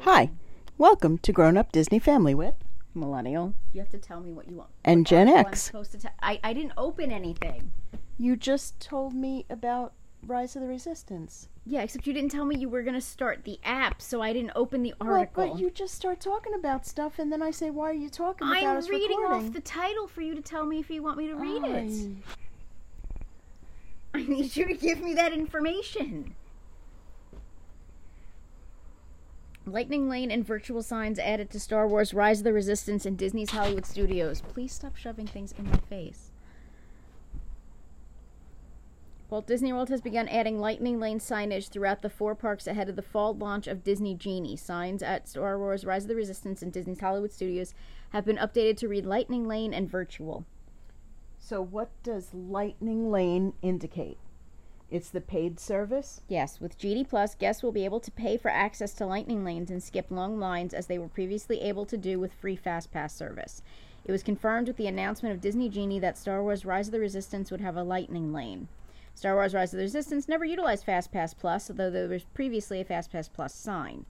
Hi, welcome to Grown Up Disney Family with Millennial You have to tell me what you want. and Gen Oh, I'm X. supposed to. T- I I didn't open anything. You just told me about Rise of the Resistance. Yeah, except you didn't tell me you were gonna start the app, so I didn't open the Well, article. but you just start talking about stuff, and then I say, "Why are you talking about I'm us reading recording?" off the title for you to tell me if you want me to read it. I need you to give me that information. Lightning Lane and virtual signs added to Star Wars Rise of the Resistance in Disney's Hollywood Studios. Please stop shoving things in my face. Walt Disney World has begun adding Lightning Lane signage throughout the four parks ahead of the fall launch of Disney Genie. Signs at Star Wars Rise of the Resistance in Disney's Hollywood Studios have been updated to read Lightning Lane and Virtual. So, what does Lightning Lane indicate? It's the paid service. Yes, with GD Plus, guests will be able to pay for access to Lightning Lanes and skip long lines as they were previously able to do with free Fast Pass service. It was confirmed with the announcement of Disney Genie that Star Wars Rise of the Resistance would have a Lightning Lane. Star Wars Rise of the Resistance never utilized Fast Pass Plus, although there was previously a Fast Pass Plus sign.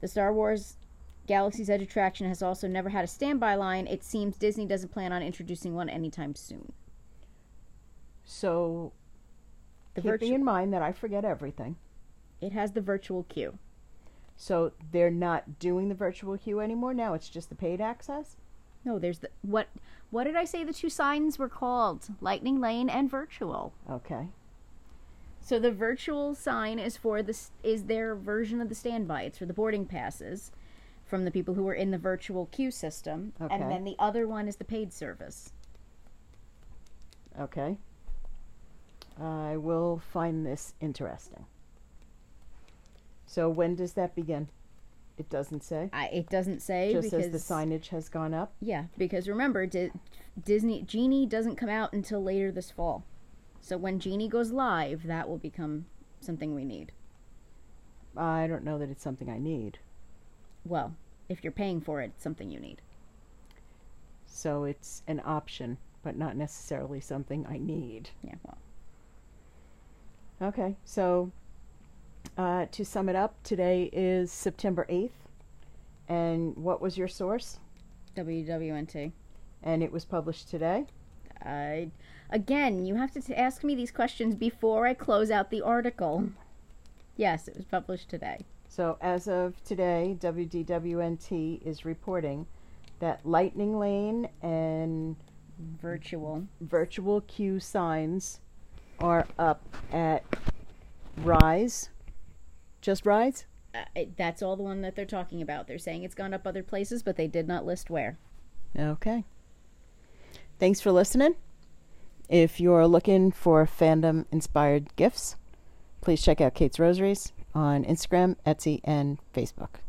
The Star Wars Galaxy's Edge attraction has also never had a standby line. It seems Disney doesn't plan on introducing one anytime soon. So, The keeping virtu- in mind that I forget everything, it has the virtual queue. so they're not doing the virtual queue anymore. Now it's just the paid access. No, there's the what what did I say the two signs were called? Lightning Lane and Virtual. Okay. So the virtual sign is for this is their version of the standby. It's for the boarding passes from the people who were in the virtual queue system. Okay. And then the other one is the paid service. Okay. I will find this interesting. So when does that begin? It doesn't say. I, it doesn't say Just because as the signage has gone up. Yeah, because remember Di- Disney Genie doesn't come out until later this fall. So when Genie goes live, that will become something we need. I don't know that it's something I need. Well, if you're paying for it, it's something you need. So it's an option, but not necessarily something I need. Yeah, well. Okay. So uh, to sum it up, today is September 8th. And what was your source? WWNT. And it was published today. I again, you have to t- ask me these questions before I close out the article. Yes, it was published today. So as of today, WDWNT is reporting that Lightning Lane and Virtual. virtual queue signs are up at Rise. Just Rise? Uh, it, that's all the one that they're talking about. They're saying it's gone up other places, but they did not list where. Okay. Thanks for listening. If you're looking for fandom inspired gifts, please check out Kate's Rosaries on Instagram, Etsy, and Facebook.